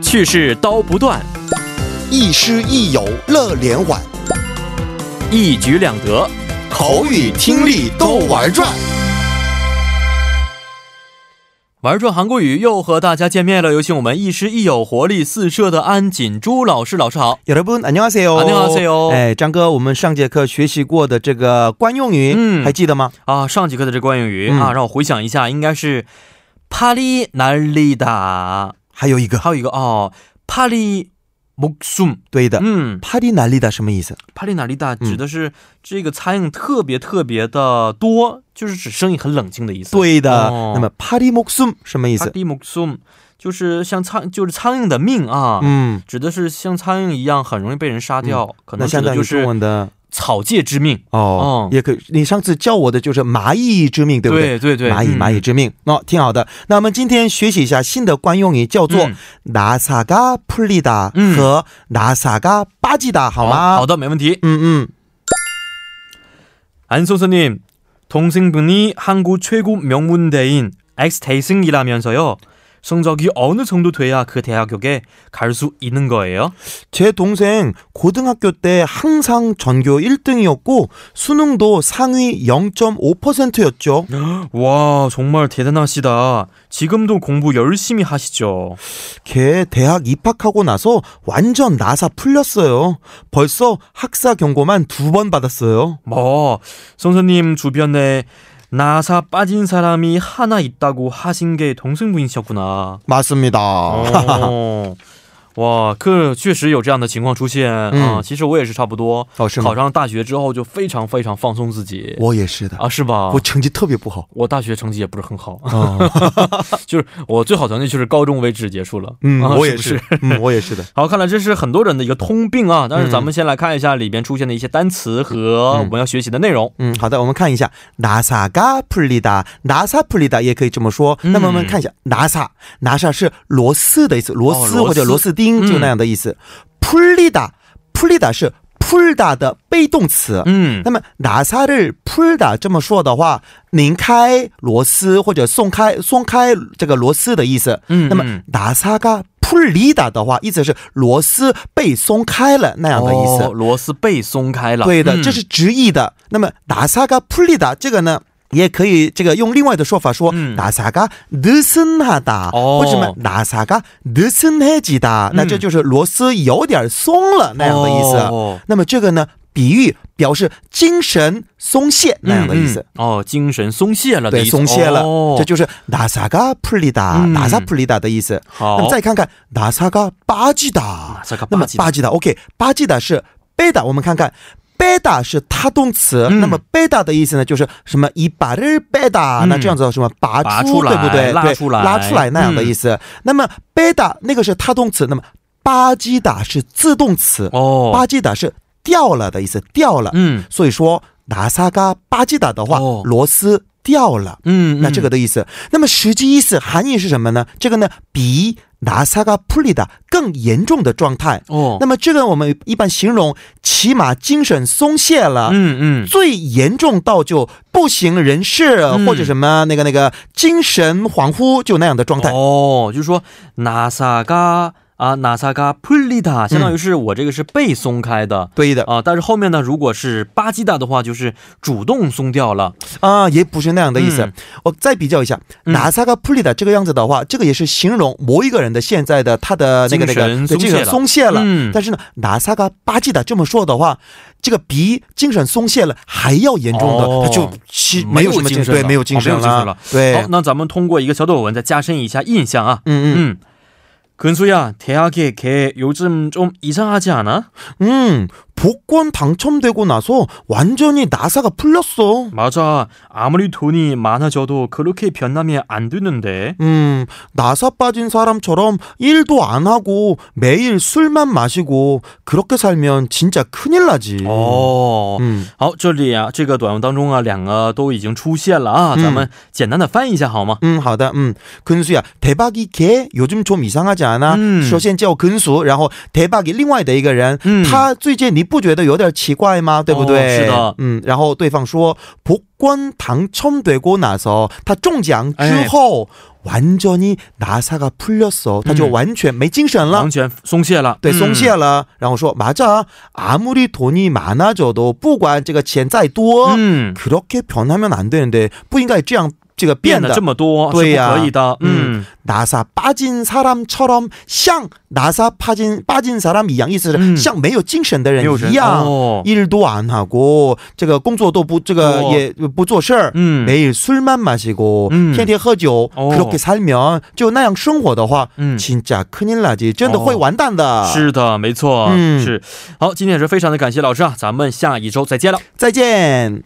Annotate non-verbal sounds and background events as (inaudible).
去世刀不断，亦师亦友乐连环，一举两得。口语听力都玩转。玩转韩国语又和大家见面了，有请我们亦师亦友、活力四射的安锦珠老师。老师好， 여러분 안녕하세요. 네, 안녕하세요. 哎，张哥，我们上节课学习过的这个惯用语，嗯还记得吗？啊，上节课的这惯用语、嗯啊，让我回想一下，应该是帕里南里达，还有一个，还有一个哦，帕里木松。对的，嗯，帕蒂南利达什么意思？帕里南里达嗯指的是这个苍蝇特别特别的多，就是指生意很冷静的意思。，对的，哦那么帕蒂목숨什么意帕思？里木松就是像苍，就是苍蝇的命啊。嗯，指的是像苍蝇一样很容易被人杀掉，可那能相指当的于就中是文的草芥之命。哦哦，也可以。你上次教我的就是蚂蚁之命，对不对？对对对，蚂蚁嗯蚂蚁之命，哦，挺好的。那我们今天学习一下新的惯用语，叫做嗯“나사가풀리다” 嗯和“나사가빠지다”，好吗？好的，没问题。嗯嗯。 안 선수님, 동생분이 한국 최고 명문대인 엑스 대승이라면서요. 성적이 어느 정도 돼야 그 대학에 갈 수 있는 거예요? 제 동생 고등학교 때 항상 전교 1등이었고 수능도 상위 0.5%였죠. 와, 정말 대단하시다. 지금도 공부 열심히 하시죠. 걔 대학 입학하고 나서 완전 나사 풀렸어요. 벌써 학사 경고만 두 번 받았어요. 뭐, 선수님 주변에 나사 빠진 사람이 하나 있다고 하신 게 동생분이셨구나. 맞습니다. 어. (laughs) 와，可确实有这样的情况出现啊、嗯其实我也是差不多，哦是吗考上大学之后就非常非常放松自己我也是的.啊，是吧？我成绩特别不好我大学成绩也不是很好，啊， (laughs) 就是我最好成绩就是高中为止结束了。嗯，啊我也是不是是。，嗯，我也是的， (laughs) 好，看来这是很多人的一个通病啊。但是嗯咱们先来看一下里边出现的一些单词和我们要学习的内容。嗯，好的，我们看一下拿撒嘎普利达，拿撒普利达也可以这么说。嗯那么我们看一下拿撒，拿撒是螺丝的意思，螺丝螺丝或者螺丝嗯钉就那样的意思。普利达，普利达是普利达的被动词。嗯那么拿撒的普利达这么说的话，拧开螺丝或者松开松开这个螺丝的意思。嗯那么嗯拿撒嘎普利达的话，意思是螺丝被松开了那样的意思。哦螺丝被松开了。对的，嗯这是直译的。那么打萨嘎普利达这个呢，也可以这个用另外的说法说嗯，打萨嘎德森哈达，哦嗯或者什么打萨嘎德森黑吉达，那这就是螺丝有点松了那样的意思。啊哦那么这个呢，比喻表示精神松懈那样的意思。嗯嗯哦，精神松懈了的对，意思，松懈了，哦、这就是打萨嘎普利达，嗯打萨普利达的意思。好。那么再看看打萨嘎巴吉达啊，这个那么八级巴吉达，OK，巴吉达是贝达，我们看看。贝达是他动词，嗯那么贝达的意思呢，就是什么一把日贝达，嗯那这样子什么拔出，拔出来对不对？拉对出来拉出来那样的意思。那么贝达那个是他动词，那么巴基达是自动词，哦，巴基达是掉了的意思，掉了。嗯所以说拿萨嘎巴基达的话，哦螺丝掉了。嗯，那这个嗯的意思。那么实际意思含义是什么呢？这个呢，比拿萨嘎普里达更严重的状态。哦，那么这个我们一般形容起码精神松懈了。嗯嗯，最严重到就不省人事，嗯或者什么那个那个精神恍惚，就那样的状态。哦，就是说拿萨嘎啊，拿萨嘎普利达，相当于是我这个是被松开的。对的啊，但是后面呢，如果是巴基达的话，就是主动松掉了。啊，也不是那样的意思。嗯我再比较一下，嗯拿萨嘎普里达这个样子的话，这个也是形容某一个人的现在的他的那个那个精神对松懈精神了松懈了。嗯但是呢，拿萨嘎巴基达这么说的话，这个比精神松懈了还要严重的，哦他就其没没有有什么精精神对，了没有精神哦没有精神了对，好，那咱们通过一个小短文再加深一下印象啊。嗯嗯 음 근수야, 대학에 걔 요즘 좀 이상하지 않아? 음, 복권 嗯 당첨되고 나서 완전히 나사가 풀렸어. 맞아. 아무리 돈이 많아져도 그렇게 변하면 안 되는데. 음, 나사 빠진 사람처럼 일도 안 하고 매일 술만 마시고 그렇게 살면 진짜 큰일 나지. 어. 嗯，好，这里啊，这个短文当中啊，两个都已经出现了啊，嗯咱们简单的翻译一下好吗？嗯，好的，嗯， 음, 근수야，대박이걔 요즘 좀 이상하지 않아？ 嗯 首先叫근수，然后대박이另外的一个人， 嗯他最近你不觉得有点奇怪吗？对不哦是对？的嗯，然后对方说복권당첨되고나서다中奖之后완전히나사가풀렸어，他就嗯完全没精神了。完全松懈了，对，嗯松懈了。然后说，맞아아무리돈이많아져도부管这个钱再多，嗯， 그렇게변하면안되는데不应该这样这个变变得的这。么多是对不呀可以的，嗯， 나사빠진사람처럼像나사빠진빠진사람一样，意思嗯是像没有精神的人一样。哦， 일도안하고这个工作都不这个哦也不做事儿，嗯 매일술만마시고 嗯天天喝酒，哦 그렇게살면就那样生活的话，嗯。 진짜큰일나지，真的哦会完蛋的。，是的，没错，嗯是。好，今天也是非常的感谢老师啊，咱们下一周再见了。再见。